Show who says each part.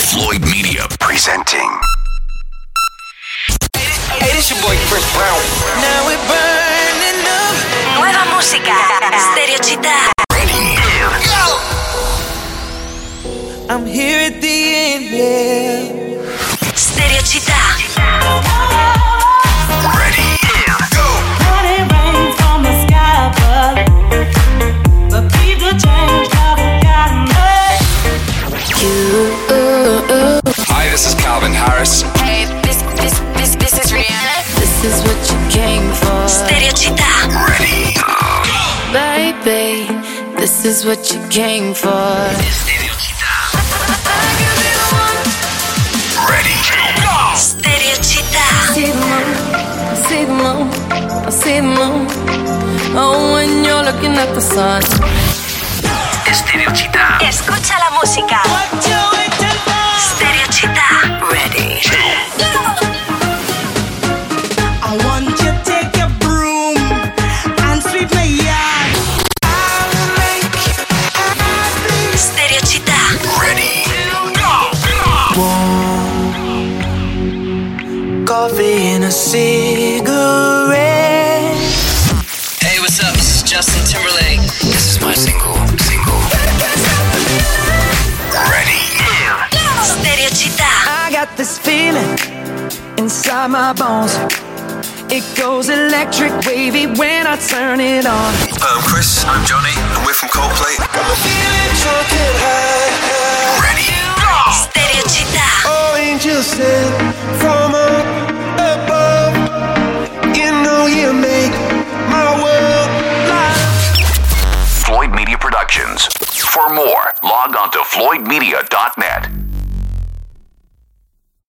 Speaker 1: Floyd Media presenting.
Speaker 2: Hey, this your boy Chris Brown. Now we're burning up.
Speaker 3: Nueva música, estereochita,
Speaker 2: I'm here at the end, yeah.
Speaker 3: estereochita,
Speaker 1: Ready. Go. Hi, this is Calvin Harris.
Speaker 4: Hey, this, this, this, this is Rihanna. This is what you came for,
Speaker 3: estereochita,
Speaker 1: Ready.
Speaker 4: baby. This is what you came for.
Speaker 1: Ready. Go.
Speaker 3: estereochita,
Speaker 4: See the moon, see the moon, I see the moon. Oh, when you're looking at the sun.
Speaker 3: escucha la música, estereochita, ready,
Speaker 5: I want you to take a broom and sweep my yard. I'll make you happy.
Speaker 3: estereochita,
Speaker 1: Ready. Go.
Speaker 2: Coffee and a cigarette.
Speaker 6: Hey, what's up? This is Justin Timberlake.
Speaker 1: This is my single. Single. Ready.
Speaker 3: estereochita,
Speaker 2: I got this feeling inside my bones. It goes electric wavy when I turn it on.
Speaker 7: I'm Um, Chris. I'm Johnny, and we're from Coldplay.
Speaker 1: Ready. Go.
Speaker 3: estereochita,
Speaker 8: Oh, angel sent from up above. You know you make my world light.
Speaker 1: Floyd Media Productions. For more, log on to floydmedia.net.